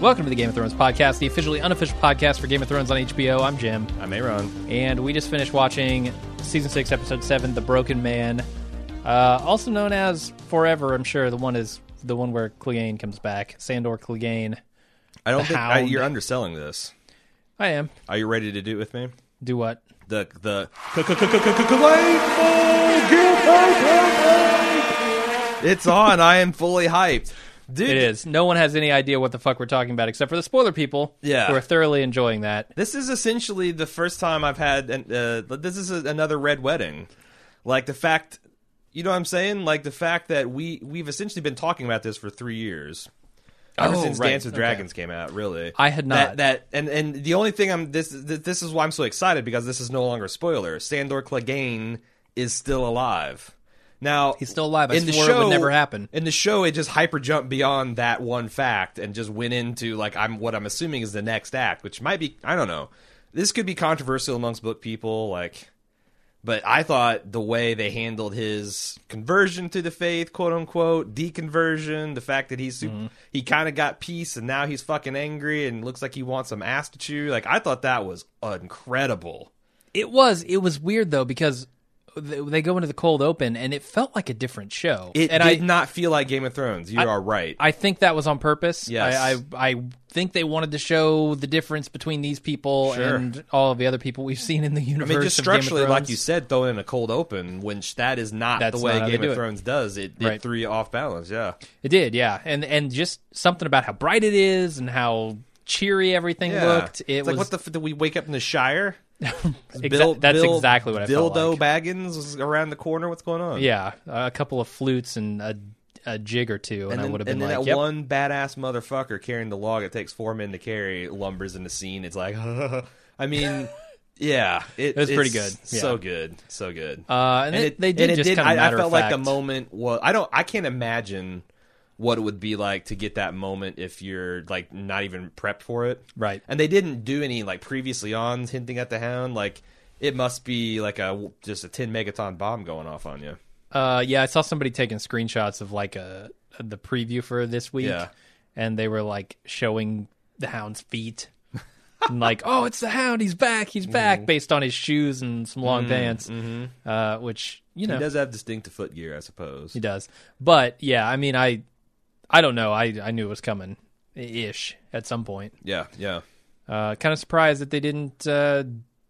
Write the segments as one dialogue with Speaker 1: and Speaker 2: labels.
Speaker 1: Welcome to the Game of Thrones podcast, the officially unofficial podcast for Game of Thrones on HBO. I'm Jim,
Speaker 2: I'm Aaron.
Speaker 1: and we just finished watching season six, episode seven, "The Broken Man," uh, also known as Forever. I'm sure the one is the one where Clegane comes back, Sandor Clegane.
Speaker 2: I don't
Speaker 1: The
Speaker 2: think I,
Speaker 1: Hound.
Speaker 2: you're underselling this.
Speaker 1: I am.
Speaker 2: Are you ready to do it with me?
Speaker 1: Do what?
Speaker 2: The the it's on. I am fully hyped, dude.
Speaker 1: It is. No one has any idea what the fuck we're talking about except for the spoiler people.
Speaker 2: Yeah.
Speaker 1: who are thoroughly enjoying that.
Speaker 2: This is essentially the first time I've had. An, uh, this is a, another red wedding. Like the fact, you know what I'm saying? Like the fact that we we've essentially been talking about this for three years. Ever
Speaker 1: Oh,
Speaker 2: since
Speaker 1: right.
Speaker 2: Dance with Dragons came out, really,
Speaker 1: I had not.
Speaker 2: that, that. And and the only thing I'm this th- this is why I'm so excited because this is no longer a spoiler. Sandor Clegane is still alive. Now
Speaker 1: He's still alive. I
Speaker 2: in the
Speaker 1: swore it
Speaker 2: show,
Speaker 1: would never happen.
Speaker 2: In the show, it just hyper jumped beyond that one fact and just went into like I'm what I'm assuming is the next act, which might be I don't know. This could be controversial amongst book people, like. But I thought the way they handled his conversion to the faith, quote unquote, deconversion, the fact that he's super,
Speaker 1: Mm-hmm.
Speaker 2: he kind of got peace and now he's fucking angry and looks like he wants some ass to chew. Like I thought that was incredible.
Speaker 1: It was. It was weird though because th- they go into the cold open and it felt like a different show.
Speaker 2: It
Speaker 1: and
Speaker 2: did
Speaker 1: I,
Speaker 2: not feel like Game of Thrones. You are right.
Speaker 1: I think that was on purpose.
Speaker 2: Yes.
Speaker 1: I, I I think they wanted to show the difference between these people
Speaker 2: Sure.
Speaker 1: and all of the other people we've seen in the universe.
Speaker 2: I mean, just
Speaker 1: of Game of
Speaker 2: structurally, like
Speaker 1: Thrones.
Speaker 2: you said, throwing in a cold open, which that is not
Speaker 1: That's
Speaker 2: the way
Speaker 1: not how they
Speaker 2: Game
Speaker 1: do
Speaker 2: of
Speaker 1: it.
Speaker 2: Thrones does. It, it
Speaker 1: Right.
Speaker 2: threw you off balance. Yeah,
Speaker 1: It did, yeah, and and just something about how bright it is and how cheery everything
Speaker 2: yeah.
Speaker 1: looked. It
Speaker 2: it's
Speaker 1: was
Speaker 2: like what the f- did we wake up in the Shire?
Speaker 1: exa- that's exactly what I felt
Speaker 2: Dildo
Speaker 1: like.
Speaker 2: Baggins was around the corner. What's going on?
Speaker 1: yeah, a couple of flutes and a, a jig or two, and,
Speaker 2: And
Speaker 1: I
Speaker 2: then,
Speaker 1: would have
Speaker 2: and
Speaker 1: been
Speaker 2: then
Speaker 1: like,
Speaker 2: that
Speaker 1: yep.
Speaker 2: one badass motherfucker carrying the log it takes four men to carry lumbers in the scene. It's like, I mean, yeah, it,
Speaker 1: was pretty
Speaker 2: it's
Speaker 1: good, yeah.
Speaker 2: So good, so good.
Speaker 1: Uh, and, it, they did
Speaker 2: and it
Speaker 1: just kind of
Speaker 2: I, I
Speaker 1: matter
Speaker 2: felt
Speaker 1: of
Speaker 2: like
Speaker 1: fact.
Speaker 2: the moment was. I don't. I can't imagine what it would be like to get that moment if you're like not even prepped for it.
Speaker 1: Right.
Speaker 2: And they didn't do any like previously on hinting at the hound. Like it must be like a just a ten megaton bomb going off on you.
Speaker 1: Uh, yeah, I saw somebody taking screenshots of like a the preview for this week,
Speaker 2: Yeah.
Speaker 1: and they were like showing the hound's feet, and like, oh, it's the hound, he's back, he's
Speaker 2: Mm-hmm.
Speaker 1: back, based on his shoes and some long pants, uh, which you know
Speaker 2: He does have distinctive foot gear, I suppose.
Speaker 1: he does. But yeah, I mean, I, I don't know, I I knew it was coming ish at some point.
Speaker 2: Yeah, yeah.
Speaker 1: Uh, kind of surprised that they didn't uh,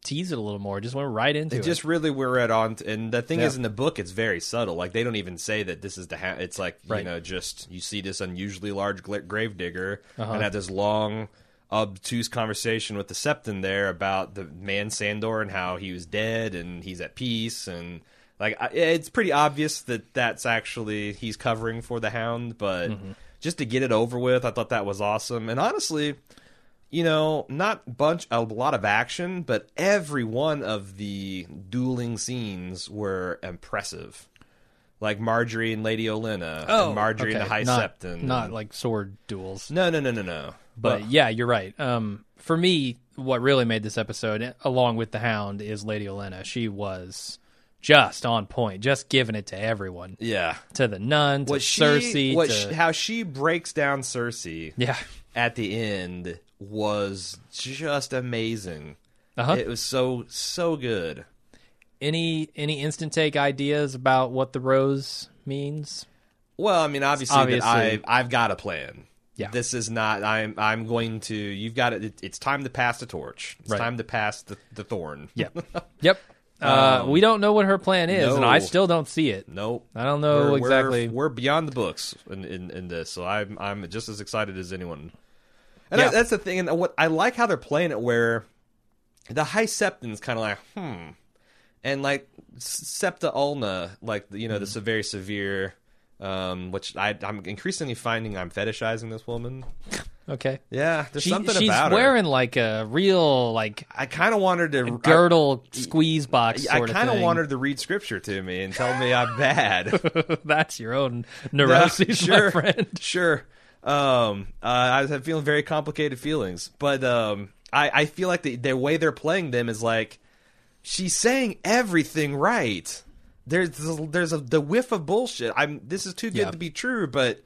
Speaker 1: tease it a little more, just went right into
Speaker 2: They
Speaker 1: it.
Speaker 2: just really were at on. And the thing
Speaker 1: Yeah.
Speaker 2: is, in the book, it's very subtle. Like they don't even say that this is the. Ha- it's like
Speaker 1: Right.
Speaker 2: you know, just you see this unusually large gla- gravedigger
Speaker 1: Uh-huh.
Speaker 2: and have this long, obtuse conversation with the Septon there about the man Sandor and how he was dead and he's at peace and. Like I- it's pretty obvious that that's actually he's covering for the Hound, but
Speaker 1: Mm-hmm.
Speaker 2: just to get it over with, I thought that was awesome. And honestly, you know, not bunch a lot of action, but every one of the dueling scenes were impressive. Like Marjorie and Lady Olenna, and Marjorie and the High
Speaker 1: Oh, not,
Speaker 2: Septon.
Speaker 1: not like sword duels.
Speaker 2: no, no, no, no, no.
Speaker 1: But
Speaker 2: But
Speaker 1: yeah, you're right. Um, for me, what really made this episode, along with the Hound, is Lady Olenna. She was just on point, just giving it to everyone,
Speaker 2: yeah,
Speaker 1: to the nun, to
Speaker 2: what she,
Speaker 1: Cersei.
Speaker 2: what
Speaker 1: to-
Speaker 2: she- how she breaks down Cersei
Speaker 1: yeah,
Speaker 2: at the end was just amazing.
Speaker 1: Uh-huh.
Speaker 2: It was so so good.
Speaker 1: any any instant take ideas about what the rose means?
Speaker 2: Well, I mean, obviously,
Speaker 1: Obviously.
Speaker 2: That I I've got a plan.
Speaker 1: Yeah.
Speaker 2: This is not. I'm I'm going to. You've got it. it it's time to pass the torch. It's
Speaker 1: Right.
Speaker 2: time to pass the, the thorn.
Speaker 1: Yep, yep. Uh, we don't know what her plan is, and I
Speaker 2: Um, no.
Speaker 1: still don't see it.
Speaker 2: Nope.
Speaker 1: I don't know
Speaker 2: We're-
Speaker 1: exactly.
Speaker 2: We're, we're beyond the books in, in, in this, so I'm I'm just as excited as anyone. And
Speaker 1: Yeah.
Speaker 2: I, that's the thing. And what I like how they're playing it, where the High Septon's kind of like, hmm, and like S- Septa Ulna, like you know,
Speaker 1: Mm-hmm.
Speaker 2: this is very severe. Um, which I, I'm increasingly finding I'm fetishizing this woman.
Speaker 1: okay.
Speaker 2: Yeah, there's
Speaker 1: She-
Speaker 2: something
Speaker 1: she's
Speaker 2: about her.
Speaker 1: wearing like a real like
Speaker 2: I kind of wanted to I-
Speaker 1: girdle squeeze box.
Speaker 2: I,
Speaker 1: Sort
Speaker 2: kind
Speaker 1: of
Speaker 2: of
Speaker 1: thing.
Speaker 2: want her to read scripture to me and tell me I'm bad.
Speaker 1: That's your own
Speaker 2: Yeah,
Speaker 1: neuroses, my friend.
Speaker 2: Sure. Um, uh, I was feeling very complicated feelings, but um, I, I feel like the, the way they're playing them is like she's saying everything right. There's there's a the whiff of bullshit. I'm this is too good
Speaker 1: Yeah.
Speaker 2: to be true, but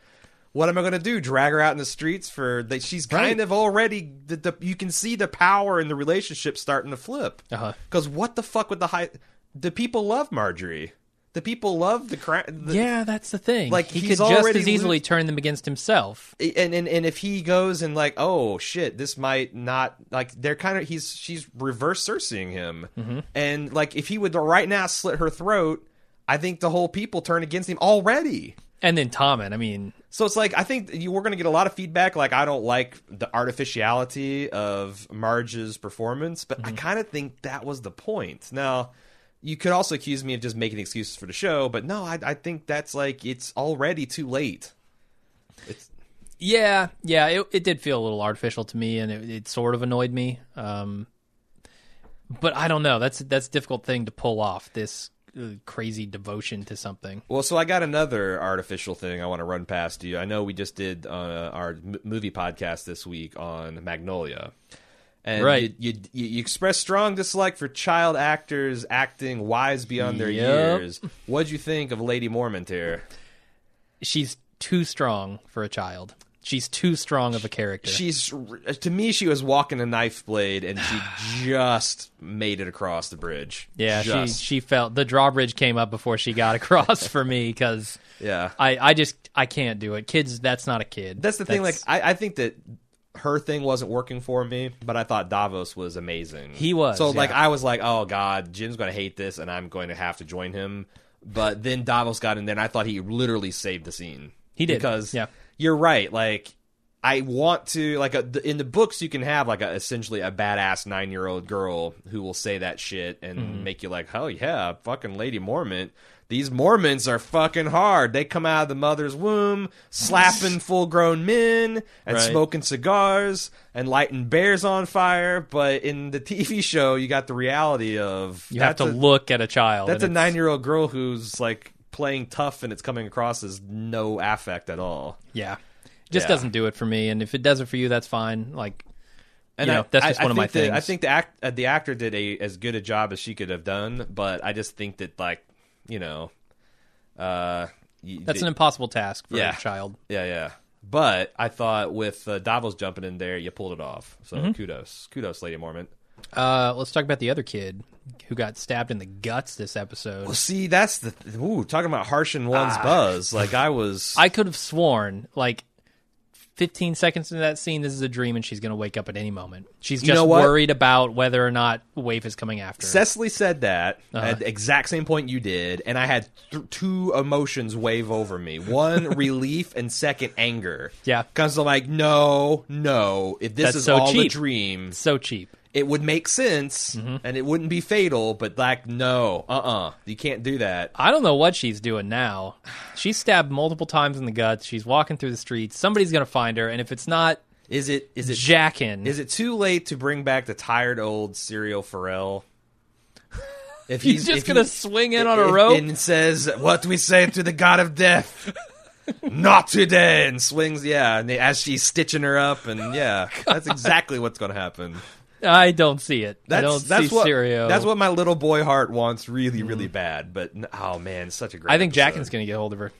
Speaker 2: what am I going to do? Drag her out in the streets for that? She's kind
Speaker 1: Right.
Speaker 2: of already the, the you can see the power in the relationship starting to flip.
Speaker 1: Uh-huh.
Speaker 2: Because what the fuck with the high? The people love Marjorie. The people love the cra- the,
Speaker 1: Yeah, that's the thing.
Speaker 2: Like,
Speaker 1: he
Speaker 2: he's
Speaker 1: could just
Speaker 2: already
Speaker 1: as easily
Speaker 2: lose-
Speaker 1: turn them against himself.
Speaker 2: and, and and if he goes and like oh shit this might not like they're kind of he's she's reverse Cerseiing him and like if he would right now slit her throat I think the whole people turn against him already
Speaker 1: And then Tommen. I mean,
Speaker 2: so it's like I think you we're gonna get a lot of feedback like I don't like the artificiality of Marge's performance but I kind of think that was the point now. You could also accuse me of just making excuses for the show, but no, I, I think that's like it's already too late.
Speaker 1: yeah, yeah. It, it did feel a little artificial to me, and it, it sort of annoyed me. Um, but I don't know. That's that's a difficult thing to pull off. This uh, crazy devotion to something.
Speaker 2: Well, so I got another artificial thing I want to run past you. I know we just did uh, our m- movie podcast this week on Magnolia, and
Speaker 1: Right.
Speaker 2: you, you you expressed strong dislike for child actors acting wise beyond their
Speaker 1: Yep.
Speaker 2: years. What'd you think of Lady Mormont here?
Speaker 1: She's too strong for a child. She's too strong of a character.
Speaker 2: She's r- to me, she was walking a knife blade, and she just made it across the bridge.
Speaker 1: yeah, she,
Speaker 2: Just.
Speaker 1: she felt the drawbridge came up before she got across for me because
Speaker 2: yeah.
Speaker 1: I, I just I can't do it. Kids, that's not a kid.
Speaker 2: That's the thing. Like, I, I think that her thing wasn't working for me, but I thought Davos was amazing.
Speaker 1: He was,
Speaker 2: So, like,
Speaker 1: yeah.
Speaker 2: I was like, oh, God, Jim's going to hate this, and I'm going to have to join him. But then Davos got in there, and I thought he literally saved the scene.
Speaker 1: He did,
Speaker 2: Because
Speaker 1: yeah.
Speaker 2: you're right. Like, I want to, like, a, the, in the books, you can have, like, a, essentially a badass nine year old girl who will say that shit and
Speaker 1: Mm-hmm.
Speaker 2: make you, like, oh, yeah, fucking Lady Mormont. These Mormons are fucking hard. They come out of the mother's womb slapping full grown men and
Speaker 1: Right.
Speaker 2: smoking cigars and lighting bears on fire. But in the TV show, you got the reality of
Speaker 1: you have to
Speaker 2: that's a-
Speaker 1: look at a child.
Speaker 2: That's a
Speaker 1: and
Speaker 2: nine year old girl who's like playing tough and it's coming across as no affect at all.
Speaker 1: it's- yeah, just
Speaker 2: Yeah.
Speaker 1: doesn't do it for me. And if it does it for you, that's fine. Like
Speaker 2: And
Speaker 1: You know,
Speaker 2: I,
Speaker 1: that's
Speaker 2: I-
Speaker 1: just
Speaker 2: I
Speaker 1: one of my
Speaker 2: think that- I
Speaker 1: things.
Speaker 2: think the act uh, the actor did a as good a job as she could have done, but I just think that like you know, uh, y-
Speaker 1: that's
Speaker 2: the-
Speaker 1: an impossible task for
Speaker 2: Yeah.
Speaker 1: a child.
Speaker 2: Yeah, yeah. But I thought with uh, Davos jumping in there, you pulled it off. So
Speaker 1: Mm-hmm.
Speaker 2: kudos, kudos, Lady Mormont.
Speaker 1: Uh, let's talk about the other kid who got stabbed in the guts this episode.
Speaker 2: See, that's the th- ooh talking about harshing one's
Speaker 1: Ah.
Speaker 2: buzz. Like I was,
Speaker 1: I could have sworn like. 15 seconds into that scene, this is a dream, and she's going to wake up at any moment. She's just
Speaker 2: You know what?
Speaker 1: worried about whether or not Waif is coming after her.
Speaker 2: Cecily said that
Speaker 1: Uh-huh.
Speaker 2: at the exact same point you did, and I had th- two emotions wave over me: one relief and second anger.
Speaker 1: Yeah.
Speaker 2: because I'm like, no, no, if this
Speaker 1: That's
Speaker 2: is
Speaker 1: so
Speaker 2: all a
Speaker 1: cheap. Mm-hmm.
Speaker 2: dream,
Speaker 1: so cheap.
Speaker 2: it would make sense and it wouldn't be fatal. But like, no, uh, uh you can't do that.
Speaker 1: I don't know what she's doing now. She's stabbed multiple times in the guts. She's walking through the streets. Somebody's going to find her. And if it's not
Speaker 2: Is it? Is it?
Speaker 1: Jackin,
Speaker 2: Is it too late to bring back the tired old serial Pharrell? If
Speaker 1: he's
Speaker 2: if
Speaker 1: just
Speaker 2: he-
Speaker 1: going to swing in on a
Speaker 2: if-
Speaker 1: rope?
Speaker 2: and says what we say to the god of death. Not today, and swings. Yeah, and as she's stitching her up, and yeah, that's exactly what's going to happen.
Speaker 1: I don't see it.
Speaker 2: That's
Speaker 1: I don't
Speaker 2: that's
Speaker 1: see
Speaker 2: what
Speaker 1: Sirio. Mm.
Speaker 2: that's what my little boy heart wants really, really bad. But n- oh man, it's such a great.
Speaker 1: I think
Speaker 2: episode.
Speaker 1: Jackin's going to get hold of her.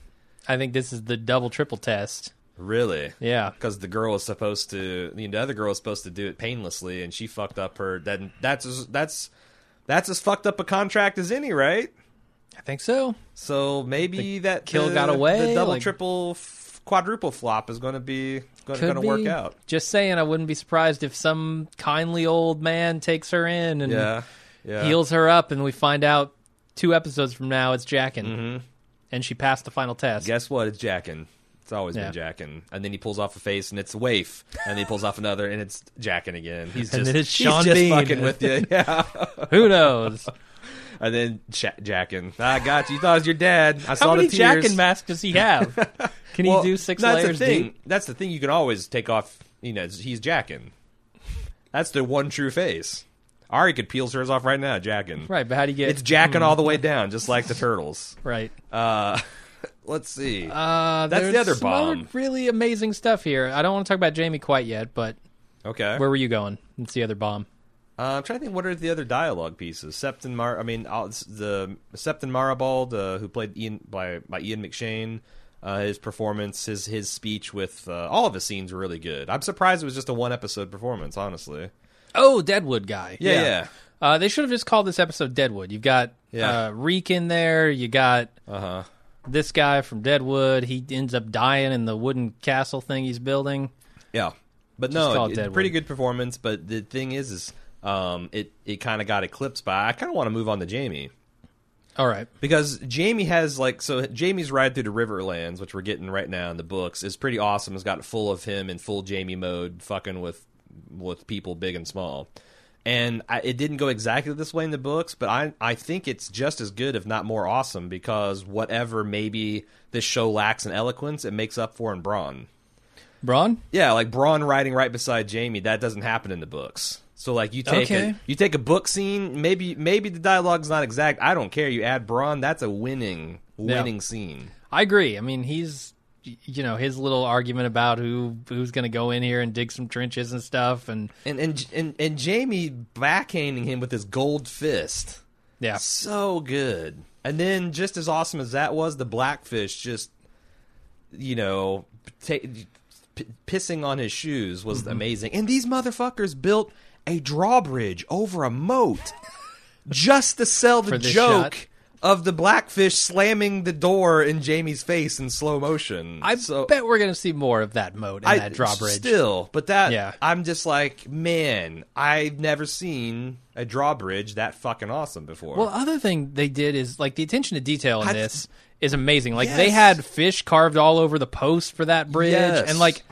Speaker 1: I think this is the double triple test.
Speaker 2: really
Speaker 1: Yeah.
Speaker 2: because the girl is supposed to you know, the other girl is supposed to do it painlessly and she fucked up her then that's as, that's that's as fucked up a contract as any right
Speaker 1: I think so.
Speaker 2: so maybe that
Speaker 1: kill
Speaker 2: the-
Speaker 1: got away,
Speaker 2: the double
Speaker 1: like-
Speaker 2: triple f- quadruple flop is going to be going
Speaker 1: Could
Speaker 2: to work
Speaker 1: be.
Speaker 2: out
Speaker 1: Just saying, I wouldn't be surprised if some kindly old man takes her in and
Speaker 2: yeah Yeah.
Speaker 1: heals her up, and we find out two episodes from now it's Jackin,
Speaker 2: Mm-hmm.
Speaker 1: and she passed the final test.
Speaker 2: Guess what? It's Jackin. It's always
Speaker 1: Yeah.
Speaker 2: been Jackin. And then he pulls off a face and it's Waif. And he pulls off another and it's Jackin again. He's
Speaker 1: And
Speaker 2: just,
Speaker 1: then it's
Speaker 2: he's
Speaker 1: Sean
Speaker 2: just
Speaker 1: Bean.
Speaker 2: fucking with you. Yeah.
Speaker 1: Who knows?
Speaker 2: And then Ch- Jackin. I got you. You thought it was your dad. I saw
Speaker 1: How many
Speaker 2: the tears.
Speaker 1: Jackin masks does he have? Can
Speaker 2: Well,
Speaker 1: he do six
Speaker 2: that's
Speaker 1: layers
Speaker 2: the thing.
Speaker 1: deep?
Speaker 2: That's the thing. You can always take off. You know, he's Jackin. That's their one true face. Ari could peel hers off right now, Jackin.
Speaker 1: Right, but how do you get
Speaker 2: It's Jackin
Speaker 1: Hmm.
Speaker 2: all the way down, just like the turtles.
Speaker 1: right?
Speaker 2: Uh, let's see.
Speaker 1: Uh,
Speaker 2: That's the
Speaker 1: there's
Speaker 2: other
Speaker 1: some other
Speaker 2: bomb.
Speaker 1: really amazing stuff here. I don't want to talk about Jamie quite yet, but
Speaker 2: okay.
Speaker 1: where were you going? It's the other bomb.
Speaker 2: Uh, I'm trying to think. What are the other dialogue pieces? Septon Mar. I mean, uh, s- the Septon Maribald, uh, who played Ian by by Ian McShane. Uh, his performance, his his speech with uh, all of his scenes were really good. I'm surprised it was just a one episode performance. Honestly,
Speaker 1: Oh, Deadwood guy.
Speaker 2: yeah, yeah.
Speaker 1: Uh, they should have just called this episode Deadwood. You've got
Speaker 2: Yeah.
Speaker 1: uh, Reek in there. You got
Speaker 2: Uh-huh.
Speaker 1: this guy from Deadwood. He ends up dying in the wooden castle thing he's building.
Speaker 2: Yeah, but
Speaker 1: call
Speaker 2: no,
Speaker 1: it
Speaker 2: it's a
Speaker 1: Deadwood.
Speaker 2: pretty good performance. But the thing is, is um, it it kind of got eclipsed by. I kind of want to move on to Jamie
Speaker 1: All right.
Speaker 2: because Jamie has like so Jamie's ride through the Riverlands, which we're getting right now in the books, is pretty awesome. It's got full of him in full Jamie mode, fucking with with people big and small. And I, it didn't go exactly this way in the books, but I I think it's just as good, if not more awesome, because whatever maybe this show lacks in eloquence, it makes up for in brawn.
Speaker 1: Braun?
Speaker 2: Yeah, like Braun riding right beside Jamie, that doesn't happen in the books. So like you take
Speaker 1: Okay.
Speaker 2: a, you take a book scene, maybe maybe the dialogue's not exact. I don't care. You add Braun, that's a winning winning scene.
Speaker 1: I agree. I mean, he's y- you know his little argument about who who's going to go in here and dig some trenches and stuff and
Speaker 2: And and and, and Jamie backhanding him with his gold fist.
Speaker 1: yeah
Speaker 2: So good. And then just as awesome as that was, the blackfish just you know, ta p- pissing on his shoes
Speaker 1: Mm-hmm.
Speaker 2: was amazing. And these motherfuckers built a drawbridge over a moat just to sell the
Speaker 1: this
Speaker 2: joke
Speaker 1: shot.
Speaker 2: of the blackfish slamming the door in Jamie's face in slow motion.
Speaker 1: I
Speaker 2: So-
Speaker 1: bet we're going to see more of that moat and that drawbridge.
Speaker 2: Still, but that
Speaker 1: Yeah.
Speaker 2: I'm just like, man, I've never seen a drawbridge that fucking awesome before.
Speaker 1: Well, other thing they did is like the attention to detail in
Speaker 2: I-
Speaker 1: this is amazing. Like they
Speaker 2: Yes.
Speaker 1: had fish carved all over the post for that bridge,
Speaker 2: Yes.
Speaker 1: and like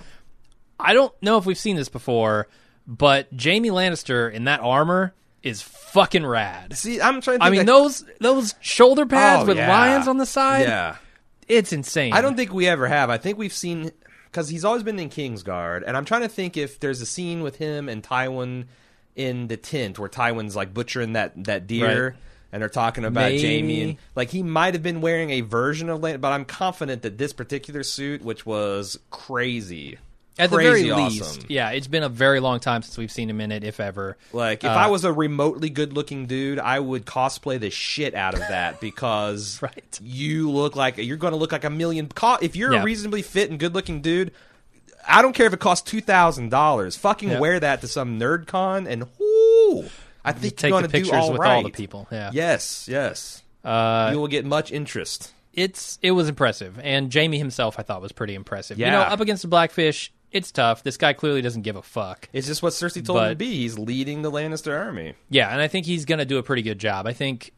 Speaker 1: I don't know if we've seen this before, but Jamie Lannister in that armor is fucking rad.
Speaker 2: see, I'm trying. To
Speaker 1: I mean
Speaker 2: think like-
Speaker 1: those those shoulder pads
Speaker 2: Oh,
Speaker 1: with
Speaker 2: yeah.
Speaker 1: lions on the side,
Speaker 2: Yeah,
Speaker 1: it's insane.
Speaker 2: I don't think we ever have. I think we've seen because he's always been in Kingsguard, and I'm trying to think if there's a scene with him and Tywin in the tent where Tywin's like butchering that that deer,
Speaker 1: Right.
Speaker 2: and they're talking about
Speaker 1: Maybe.
Speaker 2: Jamie, and like he might have been wearing a version of Lan, but I'm confident that this particular suit, which was crazy,
Speaker 1: at the
Speaker 2: crazy
Speaker 1: very
Speaker 2: awesome.
Speaker 1: least, yeah, it's been a very long time since we've seen him in it, if ever. Uh,
Speaker 2: Like if I was a remotely good-looking dude, I would cosplay the shit out of that because
Speaker 1: Right.
Speaker 2: you look like you're going to look like a million. Co- if you're
Speaker 1: Yeah.
Speaker 2: a reasonably fit and good-looking dude, I don't care if it costs two thousand dollars. Fucking
Speaker 1: Yeah.
Speaker 2: wear that to some nerd con and whoo, I think
Speaker 1: take
Speaker 2: you're
Speaker 1: the
Speaker 2: going to do
Speaker 1: pictures
Speaker 2: all
Speaker 1: with
Speaker 2: right.
Speaker 1: all the people. Yeah. Uh,
Speaker 2: Yes, yes. you will get much interest.
Speaker 1: it's it was impressive, and Jamie himself I thought was pretty impressive. You know,
Speaker 2: Yeah.
Speaker 1: up against the Blackfish, it's tough. This guy clearly doesn't give a fuck.
Speaker 2: It's just what Cersei told him to
Speaker 1: But-
Speaker 2: be. He's leading the Lannister army.
Speaker 1: Yeah, and I think he's going to do a pretty good job. I think,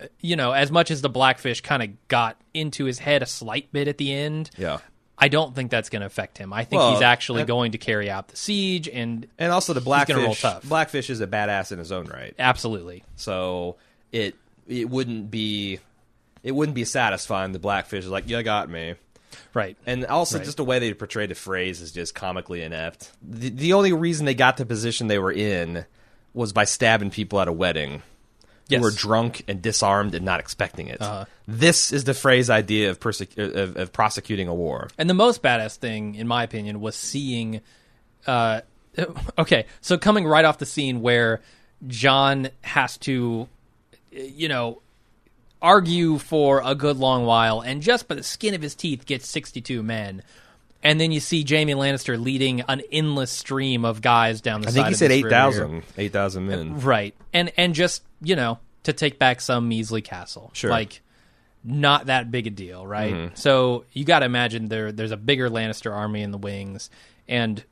Speaker 1: uh, you know, as much as the Blackfish kind of got into his head a slight bit at the end,
Speaker 2: Yeah.
Speaker 1: I don't think that's going to affect him. I think
Speaker 2: Well,
Speaker 1: he's actually
Speaker 2: and-
Speaker 1: going to carry out the siege, and
Speaker 2: And also the
Speaker 1: gonna roll
Speaker 2: blackfish.
Speaker 1: tough.
Speaker 2: Blackfish is a badass in his own right.
Speaker 1: absolutely,
Speaker 2: So it it wouldn't be it wouldn't be satisfying. The blackfish is like, you got me.
Speaker 1: right.
Speaker 2: And also, just the way they portray the phrase is just comically inept. The, the only reason they got the position they were in was by stabbing people at a wedding
Speaker 1: Yes.
Speaker 2: who were drunk and disarmed and not expecting it. This is the phrase idea of, persec- of, of prosecuting a war.
Speaker 1: And the most badass thing, in my opinion, was seeing. Uh, okay, so coming right off the scene where John has to, you know, argue for a good long while, and just by the skin of his teeth gets sixty-two men. And then you see Jamie Lannister leading an endless stream of guys down the
Speaker 2: I
Speaker 1: side.
Speaker 2: think he
Speaker 1: of
Speaker 2: said
Speaker 1: this river.
Speaker 2: 8,000 8,000 men.
Speaker 1: Right. And and just, you know, to take back some measly castle.
Speaker 2: Sure. Mm-hmm.
Speaker 1: Like not that big a deal, right? So you got to imagine there there's a bigger Lannister army in the wings and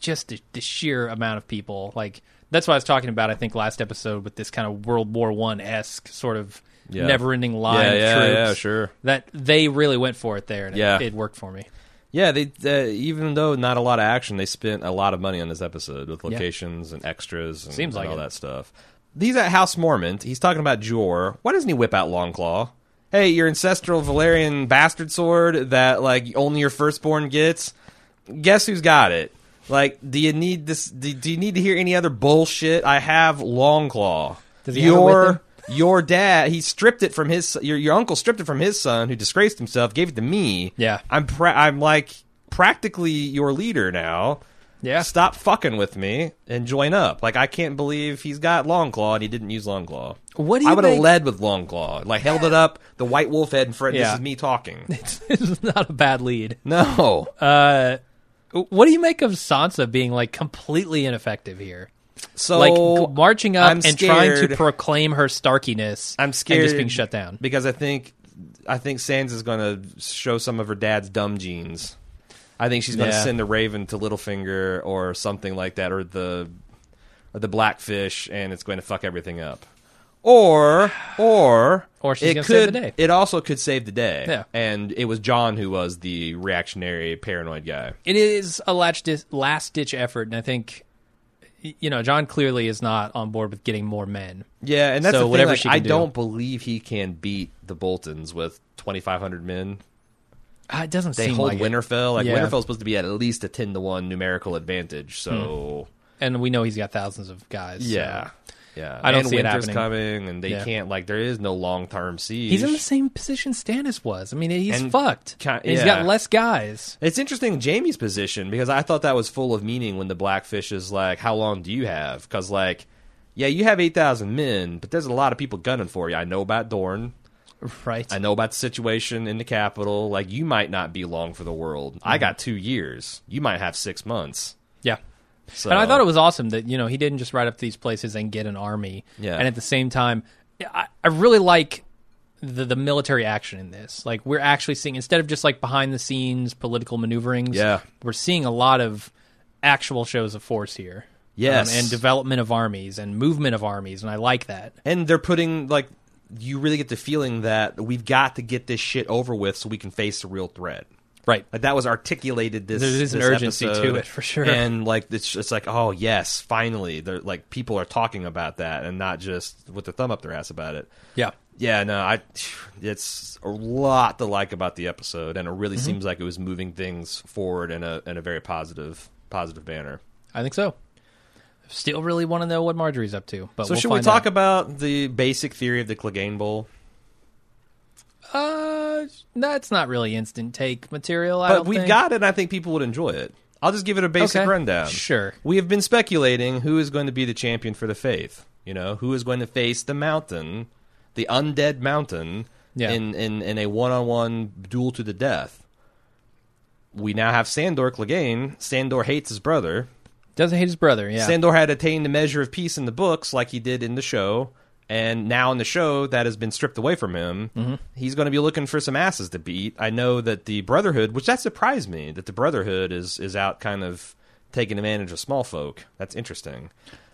Speaker 1: just the, the sheer amount of people like that's what I was talking about. I think last episode with this kind of World War One esque sort of
Speaker 2: Yeah.
Speaker 1: never-ending line.
Speaker 2: Yeah,
Speaker 1: of
Speaker 2: yeah,
Speaker 1: troops,
Speaker 2: yeah, sure.
Speaker 1: That they really went for it there, and
Speaker 2: Yeah.
Speaker 1: it, it worked for me.
Speaker 2: Yeah, they uh, even though not a lot of action, they spent a lot of money on this episode with locations and extras and,
Speaker 1: Seems
Speaker 2: and
Speaker 1: like
Speaker 2: all
Speaker 1: it.
Speaker 2: that stuff. He's at House Mormont. He's talking about Jor. Why doesn't he whip out Longclaw? Hey, your ancestral Valerian bastard sword that like only your firstborn gets. Guess who's got it? Like, do you need this? Do, do you need to hear any other bullshit? I have Longclaw.
Speaker 1: Does he have it with him?
Speaker 2: your dad he stripped it from his your, your uncle stripped it from his son who disgraced himself gave it to me
Speaker 1: Yeah.
Speaker 2: i'm pra- i'm like practically your leader now
Speaker 1: Yeah.
Speaker 2: stop fucking with me and join up like i can't believe he's got long claw and he didn't use long claw
Speaker 1: What do you
Speaker 2: i would have
Speaker 1: think-
Speaker 2: led with long claw like held it up the white wolf head in front
Speaker 1: Yeah.
Speaker 2: this is me talking
Speaker 1: it's not a bad lead.
Speaker 2: no
Speaker 1: Uh, What do you make of Sansa being like completely ineffective here?
Speaker 2: so
Speaker 1: like g- marching up
Speaker 2: Oh, I'm
Speaker 1: and trying to
Speaker 2: scared-
Speaker 1: proclaim her starkiness.
Speaker 2: I'm scared
Speaker 1: and just being shut down.
Speaker 2: because I think I think Sans is going to show some of her dad's dumb genes. I think she's going to
Speaker 1: Yeah.
Speaker 2: send the Raven to Littlefinger or something like that, or the or the Blackfish, and it's going to fuck everything up. Or or
Speaker 1: Or she's
Speaker 2: it
Speaker 1: gonna
Speaker 2: could
Speaker 1: save the day.
Speaker 2: it also could save the day.
Speaker 1: Yeah.
Speaker 2: and it was John who was the reactionary paranoid guy.
Speaker 1: It is a last ditch, last ditch effort, and I think y- you know John clearly is not on board with getting more men.
Speaker 2: Yeah, and that's
Speaker 1: So
Speaker 2: the thing,
Speaker 1: whatever
Speaker 2: like,
Speaker 1: she can
Speaker 2: I
Speaker 1: do.
Speaker 2: not believe he can beat the Boltons with twenty five hundred men.
Speaker 1: Uh, it doesn't
Speaker 2: they
Speaker 1: seem
Speaker 2: hold
Speaker 1: like it.
Speaker 2: Winterfell. Like
Speaker 1: Yeah. Hmm.
Speaker 2: Winterfell's supposed to be at least a ten to one numerical advantage. So
Speaker 1: and we know he's got thousands of guys. so-
Speaker 2: yeah, yeah.
Speaker 1: I don't
Speaker 2: and
Speaker 1: see it
Speaker 2: winter's
Speaker 1: happening.
Speaker 2: coming, and they
Speaker 1: Yeah.
Speaker 2: can't like there is no long term siege.
Speaker 1: he's in the same position Stannis was. I mean, he's
Speaker 2: And
Speaker 1: fucked.
Speaker 2: ki-
Speaker 1: And He's
Speaker 2: yeah.
Speaker 1: got less guys.
Speaker 2: it's interesting Jamie's position because I thought that was full of meaning when the Blackfish is like, "How long do you have?" Because like, yeah, you have eight thousand men, but there's a lot of people gunning for you. I know about Dorne.
Speaker 1: Right.
Speaker 2: I know about the situation in the capital. Like, you might not be long for the world. I
Speaker 1: Hmm.
Speaker 2: got two years. You might have six months.
Speaker 1: yeah.
Speaker 2: So
Speaker 1: And I thought it was awesome that you know he didn't just ride up to these places and get an army.
Speaker 2: Yeah.
Speaker 1: And at the same time, I, I really like the the military action in this. Like we're actually seeing instead of just like behind the scenes political maneuverings.
Speaker 2: Yeah.
Speaker 1: We're seeing a lot of actual shows of force here. Um,
Speaker 2: Yes.
Speaker 1: and development of armies and movement of armies, and I like that.
Speaker 2: and they're putting like you really get the feeling that we've got to get this shit over with so we can face the real threat.
Speaker 1: Right.
Speaker 2: Like that was articulated this.
Speaker 1: There is an
Speaker 2: this
Speaker 1: urgency to
Speaker 2: episode.
Speaker 1: it, for sure.
Speaker 2: And like it's it's like oh yes, finally, they're like people are talking about that and not just with their thumb up their ass about it.
Speaker 1: Yeah.
Speaker 2: Yeah, no, I. It's a lot to like about the episode, and it really seems like it was moving things forward in a in a very positive positive manner.
Speaker 1: I think so. Still really want to know what Marjorie's up to. But
Speaker 2: So
Speaker 1: we'll
Speaker 2: should we
Speaker 1: find
Speaker 2: talk
Speaker 1: out.
Speaker 2: about the basic theory of the Clegane Bowl?
Speaker 1: Uh, that's not really instant take material. I
Speaker 2: but
Speaker 1: don't
Speaker 2: we've
Speaker 1: think.
Speaker 2: got it and i think people would enjoy it i'll just give it a basic
Speaker 1: Okay.
Speaker 2: rundown
Speaker 1: Sure.
Speaker 2: we have been speculating who is going to be the champion for the faith you know who is going to face the mountain the undead mountain
Speaker 1: Yeah.
Speaker 2: in, in, in a one-on-one duel to the death we now have sandor clegane sandor hates his brother
Speaker 1: doesn't hate his brother. Yeah,
Speaker 2: sandor had attained the measure of peace in the books like he did in the show and now in the show that has been stripped away from him
Speaker 1: Mm-hmm.
Speaker 2: he's going to be looking for some asses to beat i know that the brotherhood which that surprised me that the brotherhood is is out kind of taking advantage of small folk that's interesting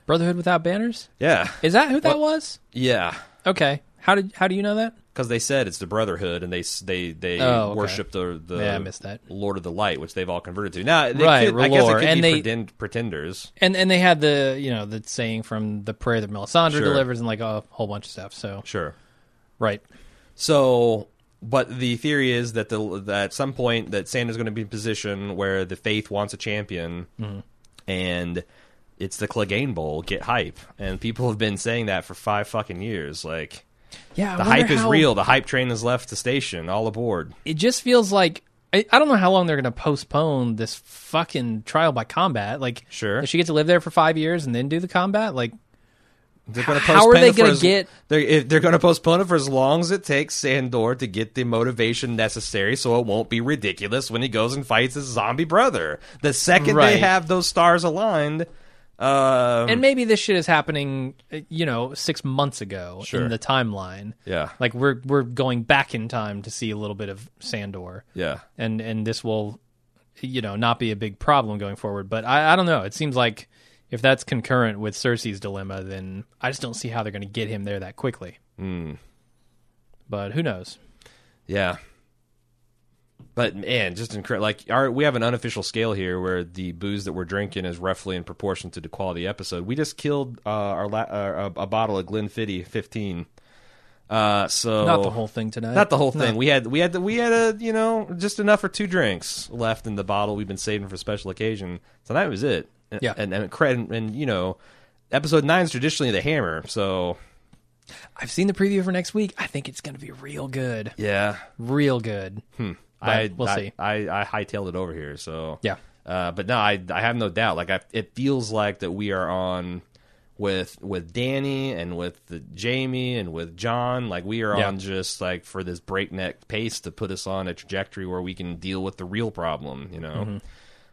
Speaker 1: Brotherhood without banners.
Speaker 2: yeah
Speaker 1: Is that who that was?
Speaker 2: yeah
Speaker 1: Okay. How did how do you know that?
Speaker 2: because they said it's the brotherhood and they s- they they
Speaker 1: Oh, okay.
Speaker 2: worship the, the
Speaker 1: Yeah, I missed that.
Speaker 2: lord of the light which they've all converted to now they
Speaker 1: Right,
Speaker 2: could, i guess it
Speaker 1: R'hllor,
Speaker 2: could
Speaker 1: and
Speaker 2: be
Speaker 1: they-
Speaker 2: pretend- pretenders
Speaker 1: And and they had the you know the saying from the prayer that Melisandre
Speaker 2: Sure.
Speaker 1: delivers and like a whole bunch of stuff. So
Speaker 2: sure
Speaker 1: right.
Speaker 2: So, but the theory is that the that at some point that Santa's going to be in a position where the faith wants a champion,
Speaker 1: Mm-hmm.
Speaker 2: and it's the Clegane Bowl. Get hype, and people have been saying that for five fucking years. Like
Speaker 1: Yeah, I
Speaker 2: the
Speaker 1: wonder
Speaker 2: hype is
Speaker 1: how-
Speaker 2: real. The hype train has left the station. All aboard.
Speaker 1: It just feels like I, I don't know how long they're going to postpone this fucking trial by combat. Like,
Speaker 2: Sure.
Speaker 1: does she get to live there for five years and then do the combat? Like,
Speaker 2: They're going
Speaker 1: How are they gonna get-
Speaker 2: They're, if they're going to postpone it for as long as it takes Sandor to get the motivation necessary, so it won't be ridiculous when he goes and fights his zombie brother. The second
Speaker 1: Right.
Speaker 2: they have those stars aligned, um,
Speaker 1: and maybe this shit is happening, uh, you know, six months ago
Speaker 2: Sure.
Speaker 1: in the timeline.
Speaker 2: Yeah.
Speaker 1: like we're we're going back in time to see a little bit of Sandor.
Speaker 2: yeah.
Speaker 1: and and this will, you know, not be a big problem going forward. But I, I don't know. It seems like if that's concurrent with Cersei's dilemma, then I just don't see how they're going to get him there that quickly.
Speaker 2: Hmm.
Speaker 1: But who knows?
Speaker 2: Yeah. But man, just incredible. Like our, we have an unofficial scale here where the booze that we're drinking is roughly in proportion to the quality of the episode. We just killed uh, our la- uh, a, a bottle of Glenfiddich 15. Uh, so
Speaker 1: Not the whole thing tonight.
Speaker 2: Not the whole thing. We had we had the, we had a you know just enough for two drinks left in the bottle we've been saving for special occasion. Tonight was it. And-
Speaker 1: Yeah.
Speaker 2: and and, cre- and, and, you know, episode nine is traditionally the hammer. So
Speaker 1: I've seen the preview for next week. I think it's going to be real good.
Speaker 2: yeah,
Speaker 1: Real good. But
Speaker 2: Hmm. I
Speaker 1: we'll
Speaker 2: I,
Speaker 1: see.
Speaker 2: I I hightailed it over here. So
Speaker 1: Yeah.
Speaker 2: Uh, but no, I I have no doubt. Like I, it feels like that we are on with with Danny and with the Jamie and with John. Like we are
Speaker 1: Yeah.
Speaker 2: on just like for this breakneck pace to put us on a trajectory where we can deal with the real problem. You know,
Speaker 1: Mm-hmm.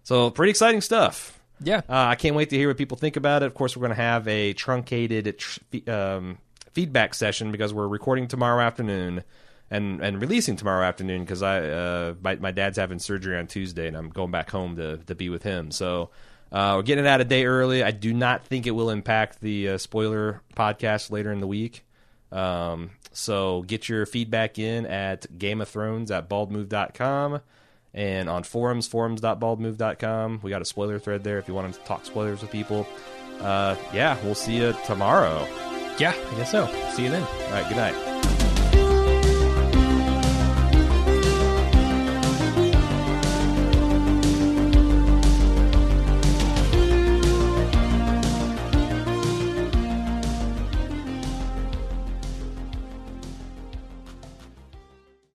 Speaker 2: so pretty exciting stuff.
Speaker 1: Yeah.
Speaker 2: Uh, I can't wait to hear what people think about it. Of course, we're going to have a truncated tr- fe- um, feedback session because we're recording tomorrow afternoon and, and releasing tomorrow afternoon because I uh, my, my dad's having surgery on Tuesday and I'm going back home to, to be with him. So uh, we're getting it out a day early. I do not think it will impact the uh, spoiler podcast later in the week. Um, so get your feedback in at Game of Thrones at baldmove.com and on forums, forums.baldmove.com. We got a spoiler thread there if you want to talk spoilers with people. Uh, yeah, we'll see you tomorrow.
Speaker 1: Yeah, I guess so. See you then.
Speaker 2: All right, good night.